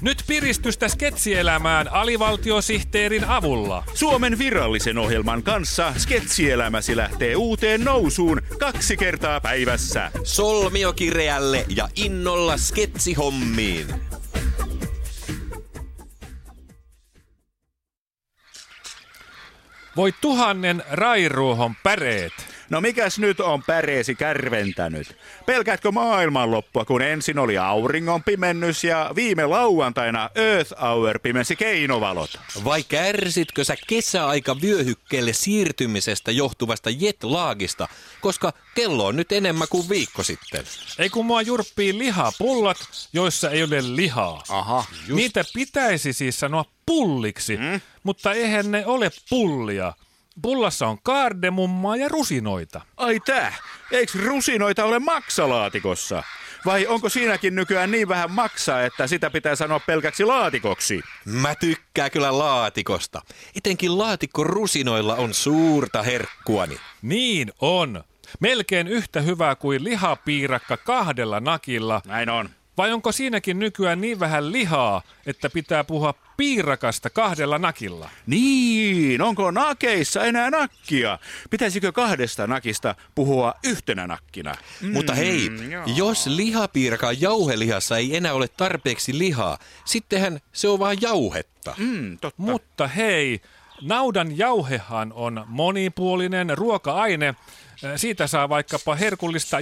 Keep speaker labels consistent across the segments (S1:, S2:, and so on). S1: Nyt piristystä sketsielämään alivaltiosihteerin avulla.
S2: Suomen virallisen ohjelman kanssa sketsielämäsi lähtee uuteen nousuun kaksi kertaa päivässä.
S3: Solmiokireälle ja innolla sketsihommiin.
S1: Voi tuhannen rairuuhon päreet.
S2: No mikäs nyt on päreesi kärventänyt? Pelkäätkö maailmanloppua, kun ensin oli auringon pimennys ja viime lauantaina Earth Hour pimensi keinovalot?
S3: Vai kärsitkö sä kesäaika vyöhykkeelle siirtymisestä johtuvasta jetlaagista, koska kello on nyt enemmän kuin viikko sitten?
S1: Ei kun mua jurppii lihapullat, joissa ei ole lihaa.
S3: Aha,
S1: Niitä pitäisi siis sanoa pulliksi, mutta eihän ne ole pullia. Pullassa on kaardemummaa ja rusinoita.
S2: Ai tää, eiks rusinoita ole maksalaatikossa? Vai onko siinäkin nykyään niin vähän maksaa, että sitä pitää sanoa pelkäksi laatikoksi?
S3: Mä tykkään kyllä laatikosta. Etenkin laatikko rusinoilla on suurta herkkuani.
S1: Niin on. Melkein yhtä hyvää kuin lihapiirakka kahdella nakilla.
S2: Näin on.
S1: Vai onko siinäkin nykyään niin vähän lihaa, että pitää puhua piirakasta kahdella nakilla?
S2: Niin, onko nakeissa enää nakkia? Pitäisikö kahdesta nakista puhua yhtenä nakkina?
S3: Mutta hei, jos lihapiirakaan jauhelihassa ei enää ole tarpeeksi lihaa, sittenhän se on vaan jauhetta.
S2: Mm, totta.
S1: Mutta hei, naudan jauhehan on monipuolinen ruoka-aine. Äh, Siitä saa vaikkapa herkullista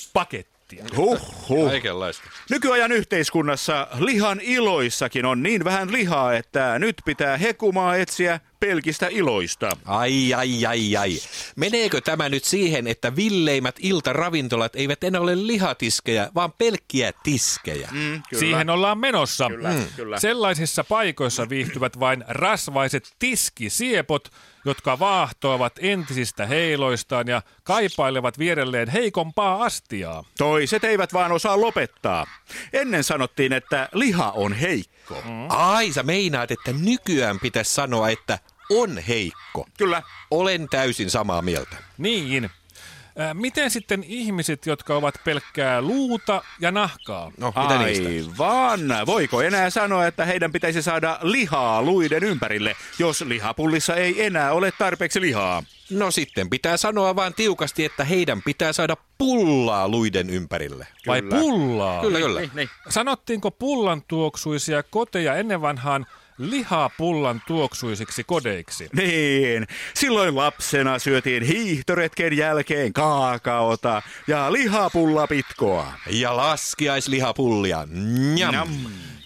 S1: jauhespakettia.
S2: Huhhuh.
S3: Kaikenlaista.
S2: Nykyajan yhteiskunnassa lihan iloissakin on niin vähän lihaa, että nyt pitää hekumaa etsiä pelkistä iloista.
S3: Ai, ai, ai, ai. Meneekö tämä nyt siihen, että villeimmät iltaravintolat eivät enää ole lihatiskejä, vaan pelkkiä tiskejä? Mm.
S2: Hmm,
S1: Siihen ollaan menossa. Mm.
S2: Kyllä, kyllä.
S1: Sellaisissa paikoissa viihtyvät vain rasvaiset tiskisiepot, jotka vaahtoavat entisistä heiloistaan ja kaipailevat vierelleen heikompaa astiaa.
S2: Toiset eivät vaan osaa lopettaa. Ennen sanottiin, että liha on heikko.
S3: Ai, sä meinaat, että nykyään pitäisi sanoa, että on heikko.
S2: Kyllä.
S3: Olen täysin samaa mieltä.
S1: Niin. Äh, Miten sitten ihmiset, jotka ovat pelkkää luuta ja nahkaa?
S3: No, mitä niistä?
S2: Aivan. Voiko enää sanoa, että heidän pitäisi saada lihaa luiden ympärille, jos lihapullissa ei enää ole tarpeeksi lihaa?
S3: No sitten pitää sanoa vaan tiukasti, että heidän pitää saada pullaa luiden ympärille.
S1: Vai
S2: Kyllä.
S1: pullaa?
S3: Kyllä, kyllä.
S1: Sanottiinko pullan tuoksuisia koteja ennen vanhaan lihaa pullan tuoksuisiksi kodeiksi?
S2: Niin, silloin lapsena syötiin hiihtoretken jälkeen kaakaota ja lihapullapitkoa.
S3: Ja laskiaislihapullia. Njam. niin. Njam.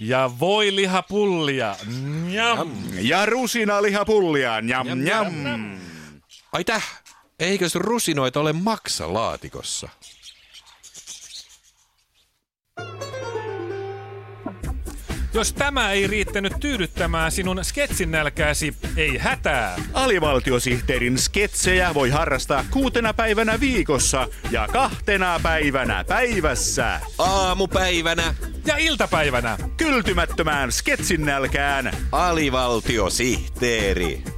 S1: Ja voi lihapullia. Njam.
S2: Ja rusinalihapullia, njam njam. njam.
S3: Ai täh, eikös rusinoita ole maksalaatikossa?
S1: Jos tämä ei riittänyt tyydyttämään sinun sketsin nälkääsi, ei hätää.
S2: Alivaltiosihteerin sketsejä voi harrastaa kuutena päivänä viikossa ja kahtena päivänä päivässä.
S3: Aamupäivänä
S1: Ja iltapäivänä
S2: Kyltymättömään sketsin nälkään
S3: alivaltiosihteeri.